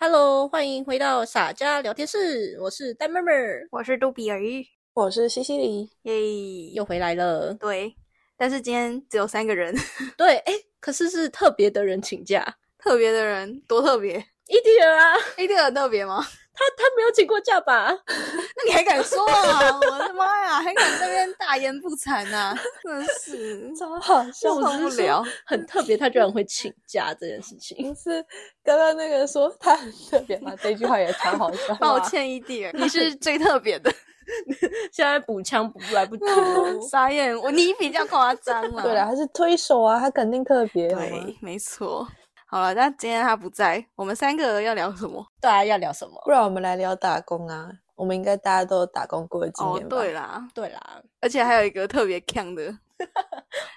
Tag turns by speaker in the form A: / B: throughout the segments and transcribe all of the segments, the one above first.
A: Hello，欢迎回到傻家聊天室，我是丹妹妹儿，
B: 我是杜比尔，耶、
C: 我是西西里，
A: 又回来了。
B: 对，但是今天只有三个人，
A: 对，哎，可是是特别的人请假，
B: 特别的人多特别，
A: 伊迪尔啊，
B: 一定很特别吗？
A: 他他没有请过假吧？
B: 那你还敢说啊？我的妈呀，还敢在那边大言不惭呐、真是
C: 超好 笑
A: 我
B: 受
A: 只
B: 不
A: 是
B: 了
A: 说。很特别，他居然会请假这件事情。
C: 不是刚刚那个说他很特别吗？这句话也超好笑。 啊
B: 抱，歉，一弟儿， 你是最特别的。。
A: 现在补枪补来不及了
B: 傻眼，我你比较夸张了。
C: 哦对了，他是推手啊，他肯定特别。好吗
B: 对，没错。好了，但今天他不在，我们三个要聊什么？
A: 大家要聊什么？
C: 不然我们来聊打工啊，我们应该大家都有打工过的经
B: 哦
C: 验，吧？
B: 对啦，
A: 对啦，
B: 而且还有一个特别强的，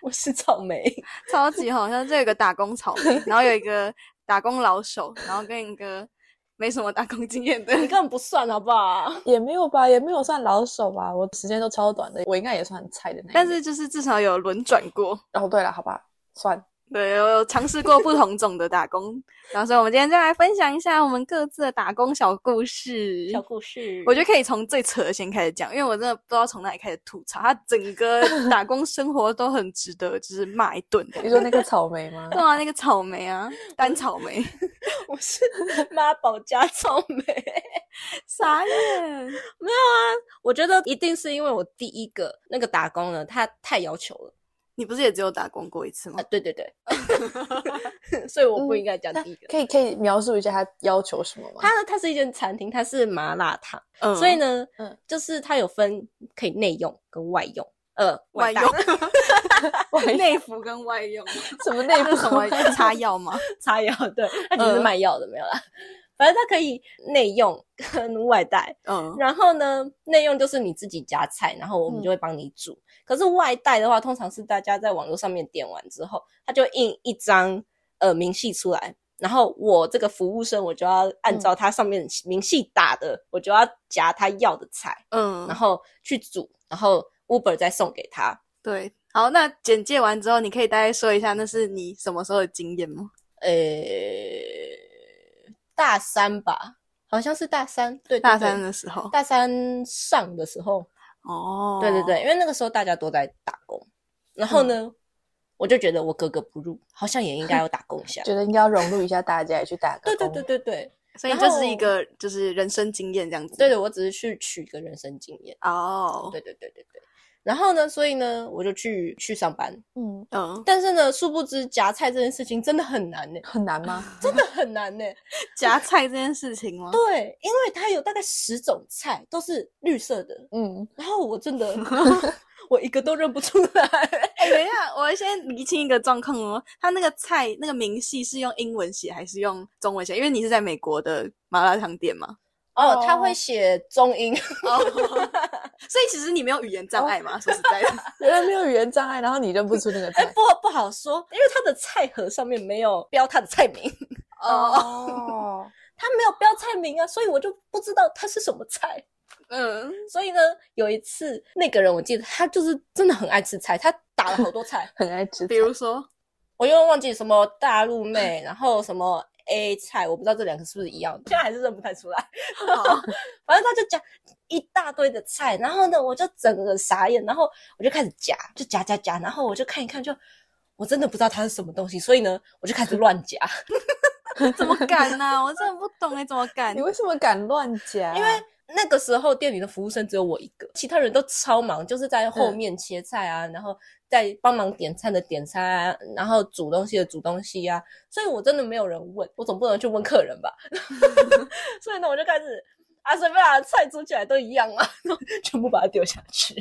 A: 我是草莓，
B: 超级好像这有个打工草莓，然后有一个打工老手，然后跟一个没什么打工经验的。
A: 你根本不算好不好？
C: 也没有吧，也没有算老手吧，我时间都超短的，我应该也算很菜的那 一
B: 但
C: 类
B: 是就是至少有轮转过，
C: 哦，对了，好吧，算。
B: 对，我有尝试过不同种的打工，然后所以我们今天就来分享一下我们各自的打工小故事。
A: 小故事，
B: 我觉得可以从最扯的先开始讲，因为我真的不知道从哪里开始吐槽，他整个打工生活都很值得就是骂一 顿的。
C: 你说那个草莓吗？
B: 对啊，那个草莓 啊，单草莓，
A: 我是妈宝加草莓。
B: 傻眼。
A: 我觉得一定是因为我第一个那个打工呢，他太要求了。
B: 你不是也只有打工过一次吗
A: 啊，？对对对， 所以我不应该讲
C: 那
A: 第一个。
C: 可以可以描述一下他要求什么吗？
B: 啊
A: 它呢，它是一间餐厅，它是麻辣烫，
B: 嗯
A: 所以呢，
C: 嗯
A: 就是它有分可以内用跟外用，呃，
B: 外
A: 搭
B: 用
C: 外
B: 内服跟外用，
C: 什么内
B: 那
C: 部
B: 什么擦药吗？
A: 擦药，对，它只是
B: 嗯
A: 卖药的，没有啦。 反正它可以内用跟外带，
B: 嗯，
A: 然后呢，内用就是你自己夹菜，然后我们
C: 嗯
A: 就会帮你煮。可是外带的话，通常是大家在网络上面点完之后，他就印一张呃明细出来，然后我这个服务生我就要
B: 嗯
A: 按照它上面明细打的，我就要夹他要的菜，
B: 嗯
A: 然，后去煮，然后 Uber 再送给他。
B: 对。好，那简介完之后，你可以大概说一下那是你什么时候的经验吗？
A: 呃，大三吧，好像是大三，对对
B: 大
A: 对
B: 三的时候。
A: 大三上的时候，
B: 哦，
A: 对对对，因为那个时候大家都在打工，然后呢，我就觉得我格格不入，好像也应该要打工一下。
C: 觉得应该要融入一下大家，也去打个
A: 对
C: 工。
A: 对对对对
B: 所以
A: 然
B: 就是一
A: 后
B: 个就是人生经验这样子。
A: 对对，我只是去取一个人生经验。
B: 哦，
A: 对对对对对。然后呢，所以呢，我就去去上班。
C: 嗯，
B: 嗯，
A: 但是呢，殊不知夹菜这件事情真的很难呢、
C: 很难吗？
A: 真的 很难呢、
B: 夹菜这件事情吗？
A: 对，因为它有大概十种菜都是绿色的，
C: 嗯，
A: 然后我真的 我一个都认不出来。
B: 哎，等一下，我先厘清一个状况哦。他那个菜那个明细是用英文写还是用中文写？因为你是在美国的麻辣烫店嘛，
A: 哦，他会写中英，
B: 哦， 所以其实你没有语言障碍嘛？说实在的，
C: 原来没有语言障碍，然后你认不出那个
A: 哎、
C: 菜。
A: 不不好说，因为它的菜盒上面没有标它的菜名，
B: 哦，
C: 哦，，
A: 它没有标菜名啊，所以我就不知道它是什么菜。
B: 嗯，
A: 所以呢，有一次那个人我记得他就是真的很爱吃菜，他打了好多菜
C: 很爱吃菜。
B: 比如说，
A: 我又忘记什么大陆 妹，然后什么 A 菜，我不知道这两个是不是一样的，现在还是认不太出来。
B: 好，
A: 反正他就夹一大堆的菜，然后呢，我就整个傻眼，然后我就开始夹，就夹夹夹，然后我就看一看就，我真的不知道它是什么东西，所以呢，我就开始乱夹。
B: 怎么敢呢、 我真的不懂哎，怎么敢
C: 你？为什么敢乱夹？
A: 因为那个时候店里的服务生只有我一个，其他人都超忙，就是在后面切菜啊，然后在帮忙点餐的点餐啊，然后煮东西的煮东西啊，所以我真的没有人问，我总不能去问客人吧，所以呢，我就开始。啊，随便啊，菜煮起来都一样啊， 然后全部把它丢下去，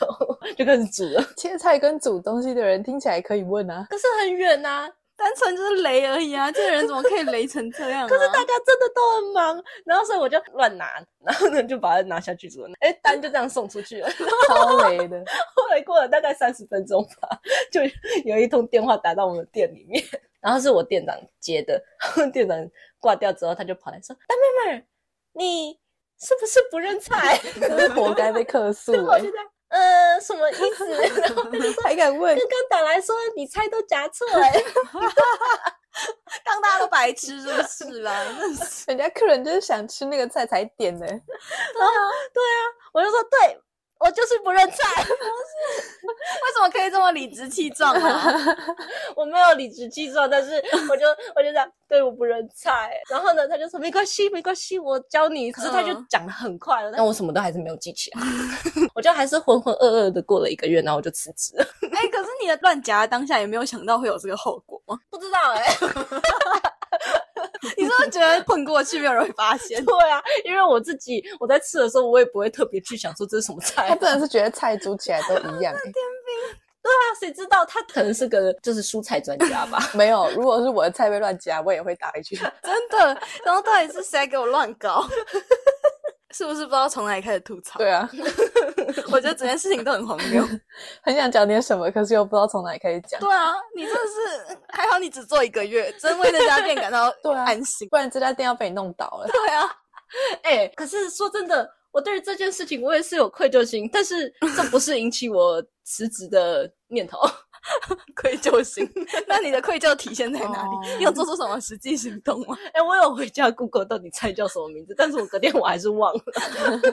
A: 然后就开始煮了。
C: 切菜跟煮东西的人听起来可以问啊。
A: 可是很远呐、
B: 单纯就是雷而已啊！这个人怎么可以雷成这样、啊？
A: 可是大家真的都很忙，然后所以我就乱拿，然后呢就把它拿下去煮了。哎，单就这样送出去了。
C: 超雷的，
A: 后来过了大概三十分钟吧， 就有一通电话打到我们店里面， 然后是我店长接的， 然后店长挂掉之后，他就跑来说：“大妹妹儿，你是不是不认菜
C: 真是活该被客 诉、？”
A: 我
C: 欸
A: 就，在呃什么意思？ 然后他就说
C: 还敢问
A: 刚？刚打来说你菜都夹错哎、
B: 白痴就是 啦，真的是
C: 人家客人就是想吃那个菜才点 的，
A: 我就说对，我就是不认菜，
B: 为什么可以这么理直气壮 啊？
A: 我没有理直气壮，但是我就我就讲对，我不认菜。然后呢，他就说没关系，没关系，我教你。可是他就
B: 嗯
A: 讲的很快了，但我什么都还是没有记起 来，我就还是浑浑噩噩的过了一个月，然后我就辞职了。
B: 哎、可是你的乱夹当下也没有想到会有这个后 果吗？
A: 不知道哎、
B: 你是不是觉得混过去没有人会发现？
A: 对啊，因为我自己我在吃的时候，我也不会特别去想说这是什么菜
C: 他。真的是觉得菜煮起来都一样、欸。
A: 那谁知道他可能是个就是蔬菜专家吧？
C: 没有，如果是我的菜被乱加，我也会打一 句。
B: 真的，然后到底是谁给我乱搞？ 是不是不知道从哪里开始吐槽？
C: 对啊，
B: 我觉得整件事情都很荒谬。
C: 很想讲点什么，可是又不知道从哪里开始 讲。
B: 对啊，你真的是还好，你只做一个月，真为那家店感到
C: 对啊
B: 安心。
C: 不然这家店要被你弄倒了。
B: 对啊，
A: 哎、可是说真的，我对于这件事情我也是有愧疚心，但是这不是引起我辞职的念头。
B: 愧疚 心。那你的愧疚体现在哪里
C: 哦
B: 你有做出什么实际行动吗？
A: 哎、我有回家 Google 到底菜叫什么名字，但是我隔天我还是忘 了，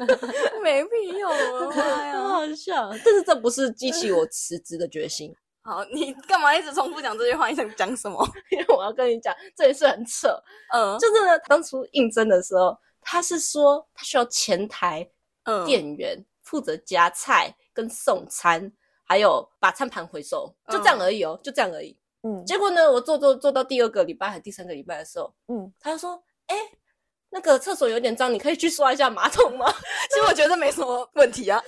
B: 没必要啊！妈
A: 很
B: 呀，
A: 好笑。但是这不是激起我辞职的决心，
B: 好，你干嘛一直重复讲这句话？你想讲 什么？
A: 因为我要跟你讲，这也是很扯。
B: 嗯，
A: 就是呢，当初应征的时候，他是说他需要前台
B: 嗯
A: 店员负责夹菜跟送餐，还有把餐盘回收，就这样而已哦，就这样而已。
C: 嗯
A: 结果呢，我做做做到第二个礼拜还第三个礼拜的时候，
C: 嗯，
A: 他就说：“哎、那个厕所有点脏，你可以去刷一下马桶吗 。
B: 其实我觉得没什么问题 啊。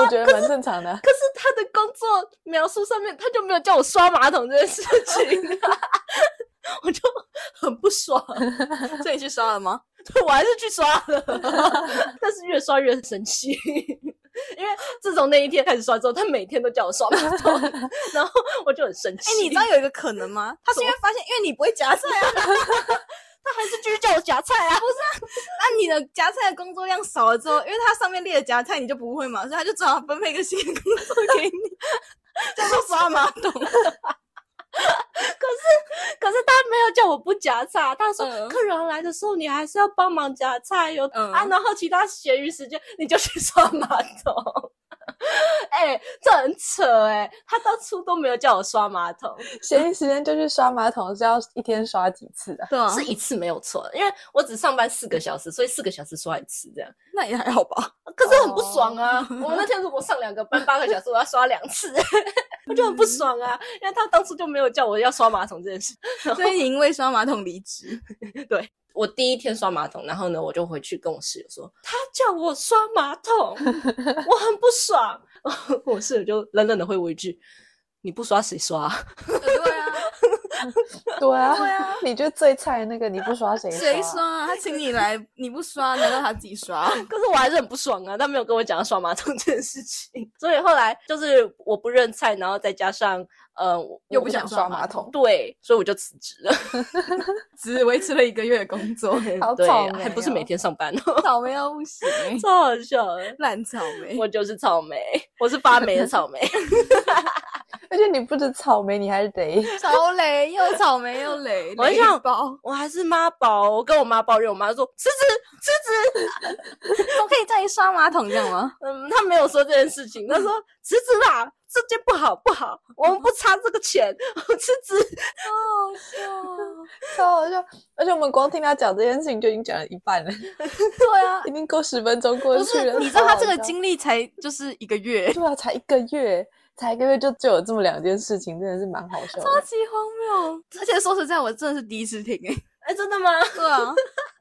C: 我觉得蛮正常的？”啊
A: 可是他的工作描述上面他就没有叫我刷马桶这件事情、啊我就很不爽，
B: 所以你去刷了吗？
A: 我还是去刷了， 但是越刷越生气， 因为自从那一天开始刷之后，他每天都叫我刷马桶， 然后我就很生气。
B: 哎、你知道有一个可能吗？他是因为发现，因为你不会夹 菜啊，
A: 他还是继续叫我夹菜啊？
B: 那你的夹菜的工作量少了之后，因为它上面列的夹菜你就不会嘛，所以他就只好分配一个新的工作给 你，叫做刷马桶。
A: 可是他没有叫我不夹菜，他说、
B: 嗯
A: 客人来的时候你还是要帮忙夹菜哟、
B: 嗯
A: 啊，然后其他闲余时间你就去刷马桶。 哎、这很扯哎、他当初都没有叫我刷马桶，
C: 闲余时间就去刷马桶，是要一天刷几次啊？
B: 对啊
A: 是一次没有错，因为我只上班四个小时，所以四个小时刷一次这样。
B: 那也还好吧。
A: 可是很不爽啊！
B: 哦
A: 我们那天如果上两个班八个小时，我要刷两次， 我就很不爽啊！因为他当初就没有叫我要刷马桶这件事。
B: 所以你因为刷马桶离职，
A: 我第一天刷马桶，然后呢，我就回去跟我室友说，他叫我刷马桶，我很不爽。我室友就冷冷的回我一句：“你不刷谁刷、啊
B: 对啊，
C: 对啊，
B: 对啊
C: 你就最菜的那个，你不刷谁
B: 谁
C: 刷
B: 刷啊？他请你来，你不刷，难道他自己刷？？”
A: 可是我还是很不爽啊，他没有跟我讲要刷马桶这件事情。所以后来就是我不认菜，然后再加上呃，我
B: 又
A: 我
B: 不想
C: 刷
B: 刷
C: 马
B: 马
C: 桶，
A: 对，所以我就辞职了。
B: 只维持了一个月的工作，
C: 好
A: 对
C: 草，莓
A: 还不是
C: 哦
A: 每天上班 哦，
B: 草莓要不行、欸，
A: 超好笑的。
B: 烂草莓。
A: 我就是草莓，我是发霉的草莓。
C: 而且你不止草莓，你 还得
B: 超雷，又草莓又雷，
A: 我很
B: 雷
A: 想
B: 包，
A: 我还是妈宝，我跟我妈抱怨，我妈说辞职辞职。
B: 我可以叫你刷马桶这样吗？
A: 嗯，她没有说这件事情，她说辞职啦，这件不好不好，我们不差这个钱，辞职。
B: 好笑。啊
C: 超好笑。而且我们光听他讲这件事情就已经讲了一半了，
B: 对啊，
C: 已经够十分钟过
B: 不
C: 去
B: 是
C: 了。，
B: 你知道他这个
C: 超好笑
B: 经历才就是一个月，
C: 对啊，才一个月，才一个月就就有这么两件事情，真的是蛮好笑
B: 超
C: 的。
B: 级荒谬。而且说实在，我真的是第一次听欸诶、
A: 哎，真的吗？
B: 对啊，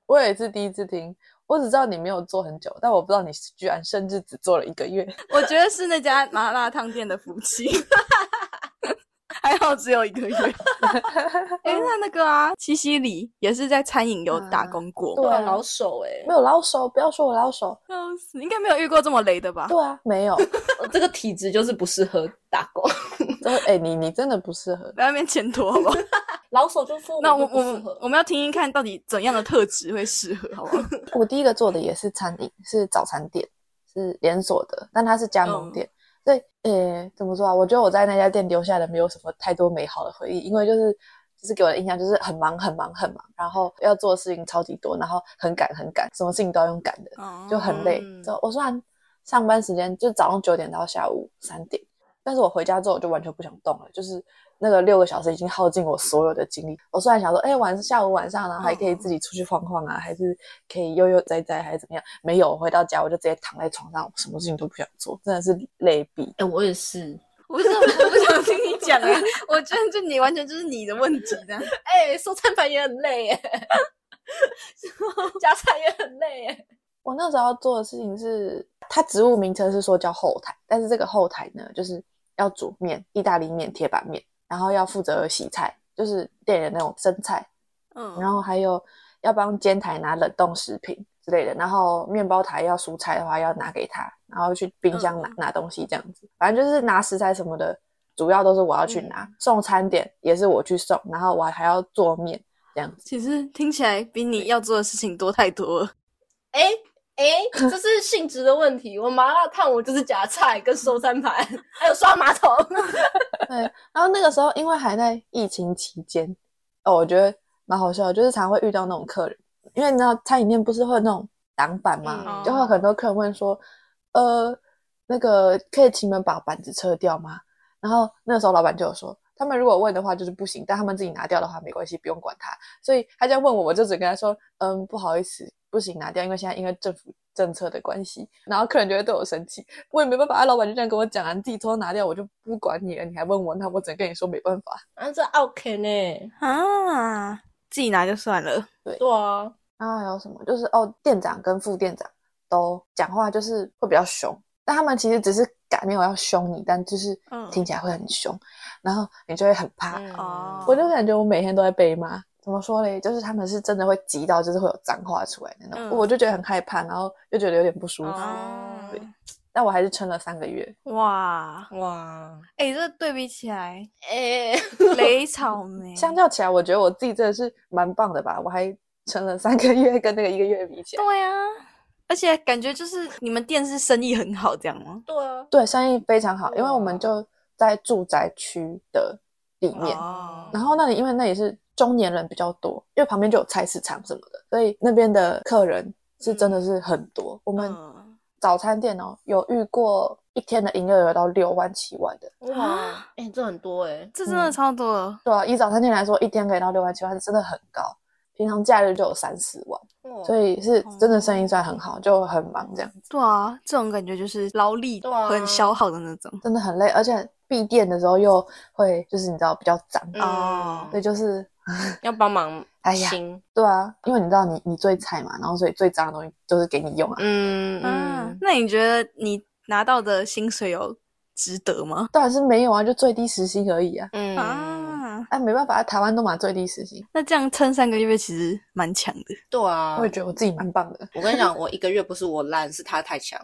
C: 我也是第一次听，我只知道你没有做很久，但我不知道你居然甚至只做了一个月。
B: 我觉得是那家麻辣烫店的福气。 还好只有一个月。哎、那那个啊，西西里也是在餐饮有打工过，
C: 对啊
A: 老手哎
C: 没，有老手，不要说我老手。
B: 笑死、应该没有遇过这么雷的吧？
C: 对啊，没有。
A: 我这个体质就是不适合打工，
C: 真的哎、你你真的不适合。
B: 在外面牵拖好不好？
A: 老手就说
B: 那我
A: 不
B: 我
A: 适
B: 们
A: 合。啊
B: 我们要听听看到底怎样的特质会适合，好不好？
C: 我第一个做的也是餐饮，是早餐店，是连锁的，但它是加盟店。所以，呃，怎么说啊？我觉得我在那家店留下的没有什么太多美好的回忆，因为就是就是给我的印象就是很忙很忙很忙，然后要做的事情超级多，然后很赶很赶，什么事情都要用赶的，就很累。
B: 哦
C: 就我虽然上班时间就早上九点到下午三点，但是我回家之后我就完全不想动了，就是那个六个小时已经耗尽我所有的精力。我虽然想说，哎、晚下午晚上然后还可以自己出去晃晃啊，还是可以悠悠哉哉还是怎么样，没有，我回到家我就直接躺在床上，什么事情都不想做，真的是累毙。
A: 哎、我也是。
B: 我不是，我不想听你讲哎、我觉得就你完全就是你的问题这样。
A: 哎、收餐盘也很累耶，夹菜也很累耶。
C: 我那时候做的事情是，它职务名称是说叫后台，但是这个后台呢，就是要煮面、意大利面、铁板面，然后要负责洗菜，就是店里的那种生菜，
B: 嗯，
C: 然后还有要帮煎台拿冷冻食品之类的，然后面包台要蔬菜的话要拿给他，然后去冰箱拿、拿东西这样子，反正就是拿食材什么的，主要都是我要去拿，送餐点也是我去送，然后我还要做面这样子。
B: 其实听起来比你要做的事情多太多了。
A: 哎、哎、这是性质的问题。我麻辣烫我就是夹菜跟收餐盘，还有刷 马桶。
C: 对，然后那个时候因为还在疫情期间，哦，我觉得蛮好笑的，就是常会遇到那种客人，因为你知道餐饮店不是会有那种挡板嘛，
A: 嗯
C: 就会有很多客人问说，呃，那个可以请你们把板子撤掉吗？然后那个时候老板就有说，他们如果问的话就是不行，但他们自己拿掉的话没关系，不用管他。所以他这样问我，我就只跟他说，嗯，不好意思，不行拿掉，因为现在因为政府政策的关系。然后客人就会对我生气，我也没办法，啊老板就这样跟我讲啊，你自己偷偷拿掉，我就不管你了，你还问我，那我只能跟你说没办法。
A: 然啊后这 OK 呢？
B: 啊，自己拿就算了。
A: 对啊，
C: 然后还有什么？就是哦，店长跟副店长都讲话就是会比较凶，但他们其实只是改没有要凶你，但就是
B: 嗯
C: 听起来会很凶，然后你就会很怕。
A: 哦、
C: 我就感觉我每天都在被骂。怎么说嘞？就是他们是真的会急到，就是会有脏话出来的那种，
B: 嗯
C: 我就觉得很害怕，然后又觉得有点不舒服。
A: 哦
B: 对
C: 但我还是撑了三个月。
B: 哇，
A: 哇，
B: 哎、这对比起来，
A: 哎、
B: 雷草莓，
C: 相较起来，我觉得我自己真的是蛮棒的吧，我还撑了三个月，跟那个一个月比起来，
B: 对啊，而且感觉就是你们店是生意很好，这样吗？
A: 对啊，
C: 对，生意非常好，因为
A: 哇
C: 我们就在住宅区的里面，
B: 哦
C: 然后那里因为那里是中年人比较多，因为旁边就有菜市场什么的，所以那边的客人是真的是很多。我们
B: 嗯，
C: 早餐店哦，有遇过一天的营业额到六万七万的，
A: 哇，哎、这很多哎、
B: 这真的超多了。
C: 对啊，以早餐店来说，一天可以到六万七万，真的很高。平常假日就有三四万，
A: 哇
C: 所以是真的生意算很好，就很忙这样。
B: 对啊，这种感觉就是劳力
A: 对啊
B: 很消耗的那种。
C: 真的很累，而且闭店的时候又会就是你知道比较脏，
A: 嗯
B: 哦
C: 所以就是
A: 要帮忙
C: 哎呀
A: 清，
C: 对啊，因为你知道你你最菜嘛，然后所以最脏的东西就是给你用啊。
A: 嗯
B: 嗯
C: 啊
A: 嗯，，
B: 那你觉得你拿到的薪水有值得吗？
C: 当然是没有啊，就最低时薪而已啊。
A: 嗯
B: 啊，
C: 哎，没办法，台湾都嘛最低时薪，
B: 那这样撑三个月其实蛮强的。
A: 对啊
C: 我也觉得我自己蛮棒的。
A: 我跟你讲，我一个月不是我烂，是他太 强。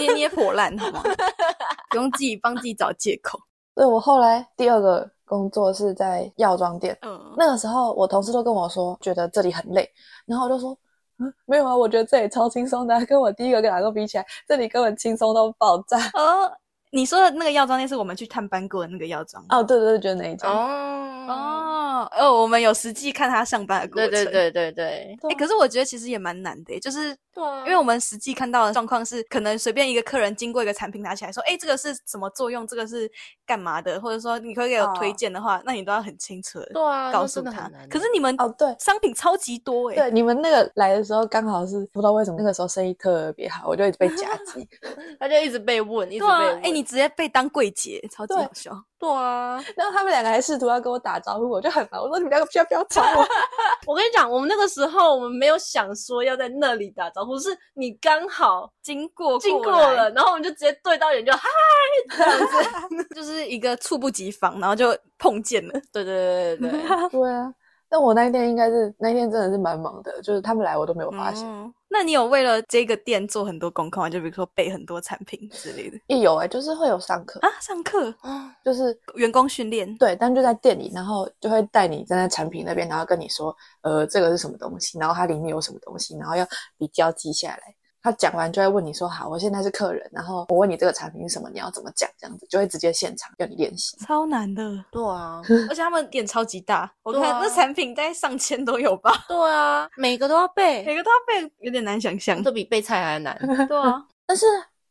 B: 捏捏破烂好吗？ 不用自己帮自己找借口。
C: 所以我后来第二个工作是在药妆店，
B: 嗯，
C: 那个时候我同事都跟我说，觉得这里很累，然后我就说，嗯，没有啊，我觉得这里超轻松的啊、跟我第一个跟哪个比起来，这里根本轻松到爆炸。
B: 哦，你说的那个药妆店是我们去探班过的那个药妆。
C: 哦，对对对，就那一家。
A: 哦，
B: 哦哦，我们有实际看他上班的过
A: 对
B: 程。
A: 对。对对对，
C: 对
B: 哎、
C: 啊
B: 可是我觉得其实也蛮难的耶，就是
A: 对啊
B: 因为我们实际看到的状况是，可能随便一个客人经过一个产品拿起来说，哎、这个是什么作用，这个是干嘛的，或者说你可以给我
C: 哦
B: 推荐的话，那你都要很清楚的
A: 对啊，
B: 告
A: 那
B: 诉
A: 真的
B: 他
A: 很。难
B: 可是你们
C: 哦，对，
B: 商品超级多哎，
C: 对，你们那个来的时候刚好是不知道为什么那个时候生意特别好，我就一直被 夹击。
A: 他就一直被问，一直
B: 对
A: 被
B: 啊，
A: 问。
B: 哎、你直接被当柜姐，超级
C: 对
B: 好笑。
A: 对啊，
C: 然后他们两个还试图要跟我打招呼，我就很烦，我说你们两个不要不要吵我。
A: 我跟你讲，我们那个时候我们没有想说要在那里打招呼，是你刚好
B: 经过
A: 经过
B: 来
A: 了，，然后我们就直接对到眼就哈。
B: 就是一个猝不及防，然后就碰见了。
A: 对对对对 对，
C: 对啊，但我那一天应该是那一天真的是蛮忙的，就是他们来我都没有发现。
B: 嗯那你有为了这个店做很多功课吗？就比如说备很多产品之类的
C: 也有哎、就是会有上课，
B: 啊？上课、
C: 就是
B: 员工训练，
C: 对，但就在店里，然后就会带你站在产品那边，然后跟你说，呃，这个是什么东西，然后它里面有什么东西，然后要比较记下来。他讲完就会问你说：“好，我现在是客人，然后我问你这个产品是什么，你要怎么讲？”这样子就会直接现场让你练习。
B: 超难的，
A: 对啊，
B: 而且他们点超级大，我
A: 对
B: 看
A: 啊
B: 那产品大概上千都有吧，
A: 对啊，每个都要背，
B: 每个都要背，有点难想象。
A: 这比背菜还 难。
B: 对 啊，
C: 但是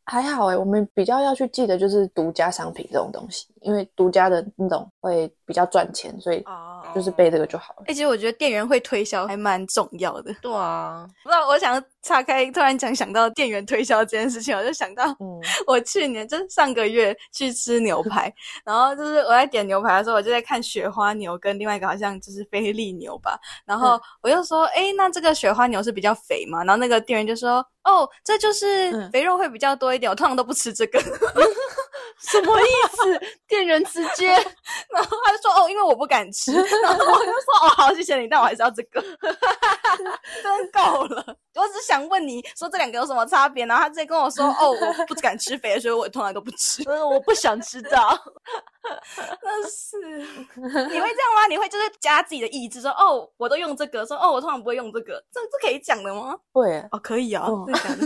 C: 还好欸诶、我们比较要去记得就是独家商品这种东西，因为独家的那种会比较赚钱，所以
B: 哦
C: 就是背这个就好了。
B: 哎，其实我觉得店员会推销还蛮重要的。
A: 对 啊，
B: 不知道，我想要岔开，突然讲想到店员推销这件事情，我就想到
C: 嗯，
B: 我去年就是上个月去吃牛排，然后就是我在点牛排的时候，我就在看雪花牛跟另外一个好像就是菲力牛吧，然后
A: 嗯
B: 我就说，哎、那这个雪花牛是比较肥嘛？然后那个店员就说，哦，这就是
C: 嗯
B: 肥肉会比较多一点，我通常都不吃这个。
A: 什么意思？店员直接
B: 然后他就说，哦，因为我不敢吃。 然后我就说，哦，好，谢谢你，但我还是要这个。 真够了，我只想问你说这两个有什么差别？然后他直接跟我说，哦，我不敢吃肥的，所以我通常都不吃。
A: 嗯，我不想知道。
B: 真是，你会这样吗？你会就是加自己的意志说，哦，我都用这个，说哦，我通常不会用这个，这这可以讲的吗？
C: 会耶
B: 哦，可以啊
C: 嗯
B: 这讲的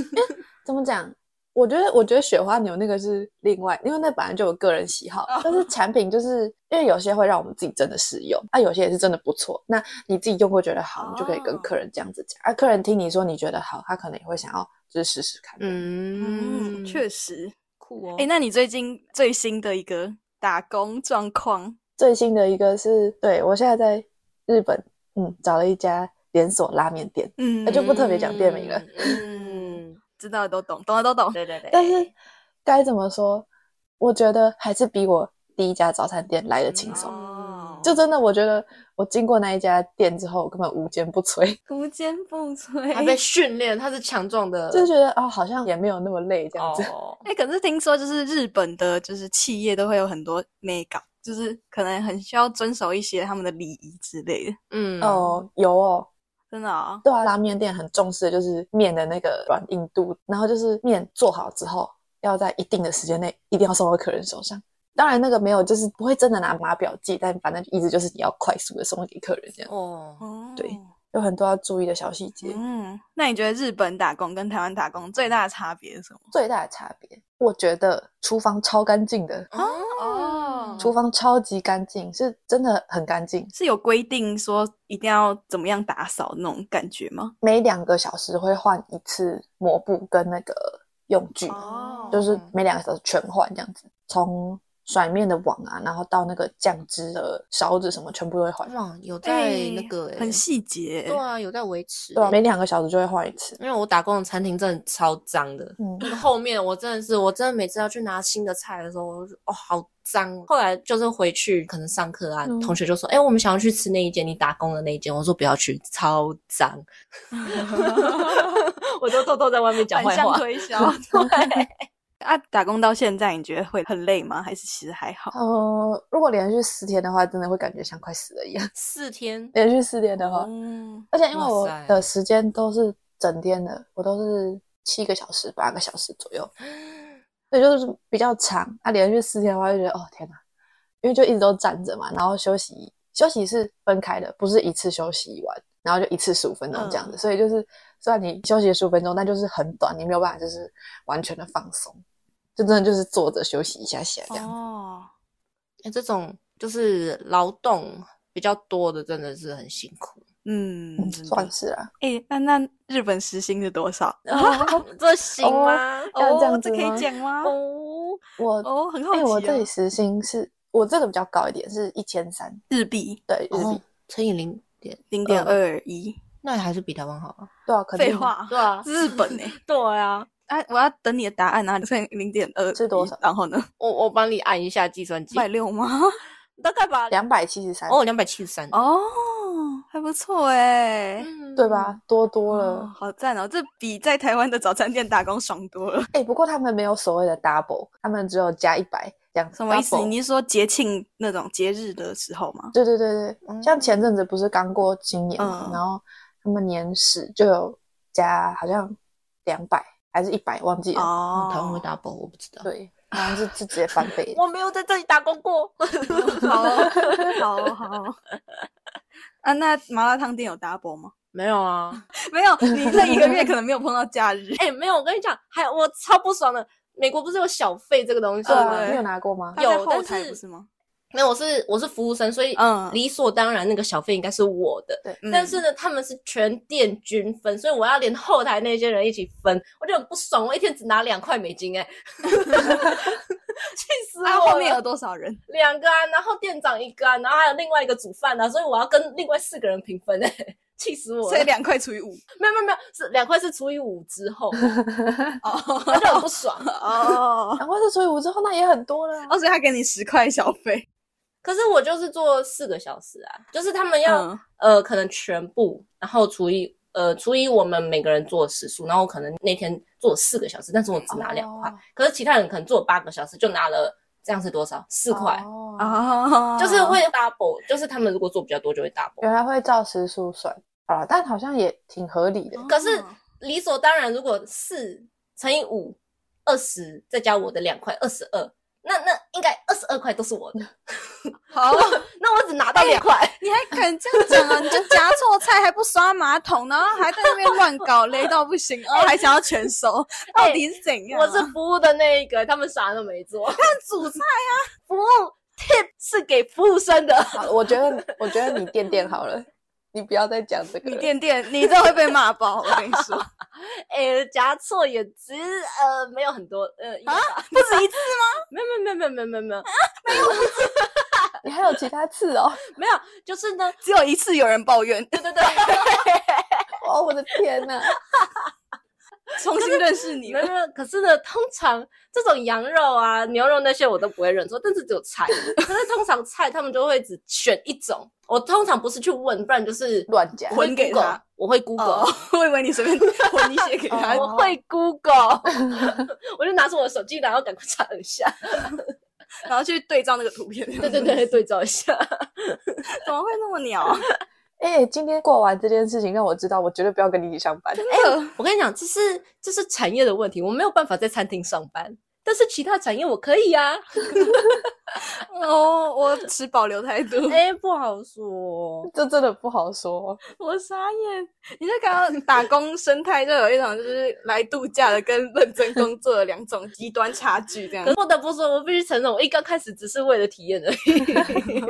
C: 怎么讲？我觉得，我觉得雪花牛那个是另外，因为那本来就有个人喜好
B: 哦，
C: 但是产品就是因为有些会让我们自己真的试用，啊，有些也是真的不错。那你自己用过觉得好，你就可以跟
B: 哦
C: 客人这样子讲，啊，客人听你说你觉得好，他可能也会想要就是试试看。
A: 嗯
B: 嗯，确实。
A: 酷哦
B: 哎、。那你最近最新的一个打工状况？
C: 最新的一个是，对我现在在日本，嗯，找了一家连锁拉面店，
B: 嗯
A: 啊
C: 那就不特别讲店名了
A: 嗯，
B: 知道的都懂，懂的都懂。
A: 对对对。
C: 但是该怎么说？我觉得还是比我第一家早餐店 来的轻松。
A: 嗯
B: 哦
C: 就真的，我觉得我经过那一家店之后，我根本无坚不摧，
B: 无坚不摧。
A: 他被训练，他是强壮的，
C: 就觉得哦，好像也没有那么累这样子。
A: 嗯哦，
B: 哎、可是听说就是日本的，就是企业都会有很多 m e g 就是可能很需要遵守一些他们的礼仪之类的。
A: 嗯，
C: 哦，有哦，
B: 真的啊、
C: 对啊，拉面店很重视的就是面的那个软硬度，然后就是面做好之后，要在一定的时间内一定要送到客人手上。当然，那个没有，就是不会真的拿码表记，但反正意思就是你要快速的送给客人，这样
A: 哦，
B: 哦，
C: 对有很多要注意的小细节。
B: 嗯，那你觉得日本打工跟台湾打工最大的差别是什么？
C: 最大的差别，我觉得厨房超干
A: 嗯
C: 净的，
A: 哦
C: 厨房超级干净，是真的很干净。
B: 是有规定说一定要怎么样打扫那种感觉吗？
C: 每两个小时会换一次抹布跟那个用具，
A: 哦
C: 就是每两个小时全换这样子，从甩面的网啊，然后到那个酱汁的勺子什么，全部都会换。
A: 哇，有在那
B: 哎
A: 个欸
B: 很细节、
A: 对啊，有在维持
C: 对啊，
A: 欸
C: 每两个小时就会换一次。
A: 因为我打工的餐厅真的超脏的，
C: 嗯，
A: 那个后面我真的是，我真的每次要去拿新的菜的时候，我就哦好脏。后来就是回去可能上课啊，
C: 嗯
A: 同学就说，哎、我们想要去吃那一间你打工的那一间，我说不要去，超 脏，我就偷偷在外面讲
B: 反
A: 坏
B: 向
A: 话。
B: 推 销。对啊，打工到现在，你觉得会很累吗？还是其实还好？
C: 呃，如果连续四天的话，真的会感觉像快死了一样。
A: 四天，
C: 连续四天的话，
B: 哦，
C: 而且因为
A: 哇
C: 我
A: 塞
C: 的时间都是整天的，我都是七个小时、八个小时 左右，所以就是比较长。啊，连续四天的话，就觉得哦天哪，因为就一直都站着嘛，然后休息休息是分开的，不是一次休息完，然后就一次十五分钟这样
B: 嗯
C: 子。所以就是虽然你休息十五分钟，但就是很短，你没有办法就是完全的放松，就真的就是坐着休息一下下这样。
B: 哦，
A: 哎、这种就是劳动比较多的，真的是很辛苦。
B: 嗯
C: 嗯，，算是啦、
B: 哎、那那日本时薪是多少？
A: 哦
B: 哦
A: 这行吗？
C: 要这样
B: 这
C: 子
B: 可
C: 吗
B: 以讲吗？
A: 哦，
C: 我
B: 哦，很好
C: 哎、
B: 奇、哦
C: 我这里时薪是我这个比较高一点，是一千三，
B: 日币
C: 对日币。
A: 哦，乘以零点，
B: 零点二一，
A: 那还是比台湾好啊。
C: 对啊，肯定
B: 废话，
A: 对啊，
B: 日本呢、
A: 对啊，
B: 啊，我要等你的答案啊！所以零点二
C: 是多少
B: 然后呢，
A: 我我帮你按一下计算机
B: 百，六 吗？
A: 大概吧。
C: 两百七十三，
A: 哦，两百七十三，
B: 哦，还不错哎、
A: 嗯
C: 对吧？？多多了。
B: 哦，好赞哦！这比在台湾的早餐店打工爽多了。
C: 哎、不过他们没有所谓的 double，他们只有加一百这样。
B: 什么意思？
C: double
B: 你是说节庆那种节日的时候吗？
C: 对对对对，
A: 嗯
C: 像前阵子不是刚过新年嘛，
B: 哦嗯
C: 然后他们年始就有加，好像两百还是一百，忘记了。
B: 哦，
A: 嗯台湾
C: 嗯
A: 会 double，我不知道。。
C: 对，好像是直接翻倍
A: 我没有在这里打工过。
B: 好哦好哦好哦啊，那麻辣烫店有 double 吗？
A: 没有啊，
B: 没有，你这一个 月可能没有碰到假日
A: 。哎、没有，我跟你讲，还我超不爽的。美国不是有小费这个东西
B: 对
A: 吗？
C: 呃，你有拿过吗？
B: 他在
A: 有
B: 后
A: 但
B: 台
A: 是
B: 不是吗？
A: 没有，我是我是服务生，所以
B: 嗯
A: 理所当然那个小费应该是我的。
C: 对
B: 嗯
A: 但是呢，他们是全店均分，所以我要连后台那些人一起分，我就很不爽。我一天只拿两块美金、哎， 气死
B: 啊，
A: 我
B: 后面
A: 了！
B: 有多少人？
A: 两个啊，然后店长一个啊，然后还有另外一个煮饭啊，所以我要跟另外四个人平分、 哎，气死我
B: 所以
A: 了！
B: 两块除以五。
A: 没有没有没有，是两块是除以五之后，我就很
B: 哦
A: 不爽。
B: 哦，
C: 然后是所以我之后那也很多了啊、
B: 哦，所以他给你十块小费。
A: 可是我就是做四个小时啊，就是他们要、
B: 嗯
A: 呃，可能全部，然后除以呃除以我们每个人做的时数，然后可能那天做四个小时，但是我只拿两块，
C: 哦
A: 可是其他人可能做八个小时就拿了这样是多少？四块，
C: 哦
B: 哦，
A: 就是会 double，就是他们如果做比较多就会 double。
C: 原来会照时数算啊，但好像也挺合理
B: 哦
C: 的。
A: 可是理所当然，如果四乘以五二十，再加我的两块二十二，那那应该二十二块都是我的，
B: 好，
A: 那我只拿到两块。
B: 你还敢这样讲啊？你就夹错菜还不刷马桶，然后还在那边乱搞，累到不行，哦，还想要全熟，到底是怎样啊？
A: 我是服务的那一个，他们啥都没做。
B: 主菜，
A: 服务 tip 是给服务生的，
C: 好我觉得，我觉得你垫垫好了，你不要再讲这个
B: 你
C: 了。
B: 点点，你这会被骂爆，我跟你说，
A: 哎，夹错也只呃没有很多呃啊，
B: 不止一次，
A: 没有没有没有没有没有没有
C: 你还有其他次哦？
A: 没有，就是呢，
B: 只有一次有人抱怨，
A: 对对对，
C: 哦，我的天呐！
B: 重新认识你
A: 没有
B: 了。
A: 没有，可是呢，通常这种羊肉啊、牛肉那些我都不会认错，但是只有菜，可是通常菜他们就会只选一种，我通常不是去问，不然就是
C: 乱讲
A: 我会
B: 混给
A: Google，
B: 他
A: 我会 Google，、
B: 哦， 我以为你随便混一些给他
C: 哦
A: 我会 Google，我就拿出我的手机，然后赶快查一下，
B: 然后去对照那个图片。
A: 对对，对，对照一下。
B: 怎么会那么鸟啊？
C: 哎、今天过完这件事情，让我知道我绝对不要跟你一起上班。
B: 哎，
A: 我跟你讲，这是这是产业的问题，我没有办法在餐厅上班，但是其他产业我可以呀、啊。
B: 哦，我持保留态度。
A: 哎、不好说，
C: 这真的不好说，
B: 我傻眼，你就刚刚打工生态就有一种就是来度假的跟认真工作的两种极端差距，这 样
A: 可是不得不说，我必须承认，我一刚开始只是为了体验而已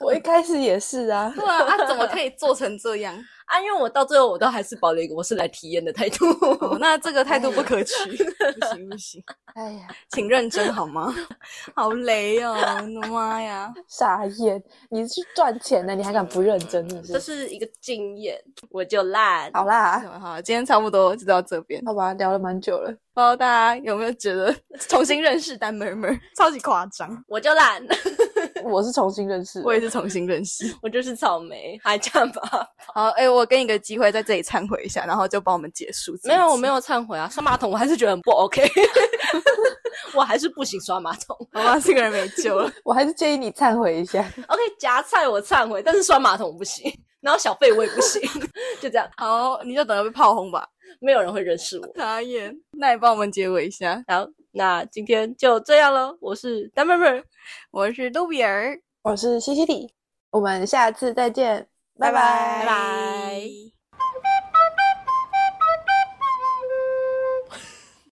C: 我一开始也是啊。
B: 对啊，啊怎么可以做成这样？
A: 啊，因为我到最后我都还是保留一个我是来体验的态度。
B: 哦，那这个态度不可取，不行不行，
C: 哎呀，
B: 请认真好吗？ 好雷哦，我的妈呀！
C: 傻眼！你是去赚钱的，你还敢不认真？是不
A: 这
C: 是？
A: 是一个经验，我就烂。
C: 好啦，
B: 好，今天差不多就到这边，不
C: 好吧，聊了蛮久了。
B: 知道大家有没有觉 得重新认识丹妹妹超级夸张？
A: 我就烂，
C: 我是重新认识的，
B: 我也是重新认识。
A: 我就是草莓，还这样吧？
B: 好，哎、我给你个机会在这里忏悔一下，然后就帮我们结束。
A: 没有，我没
B: 有，
A: 有忏悔啊，刷马桶我还是觉得很不 OK，我还是不行刷马桶。
B: 好吧，这个人没救了。
C: 我还是建议你忏悔一下。
A: OK，夹菜我忏悔，但是刷马桶不行，然后小费我也不行，就这样，
B: 好，你就等着被炮轰吧。
A: 没有人会认识我。
B: 傻眼，那你帮我们结尾一下。
A: 好，那今天就这样喽，我是丹妹妹儿，
B: 我是杜比尔，
C: 我是西西里，我们下次再见，
B: 拜
C: 拜拜
A: 拜拜。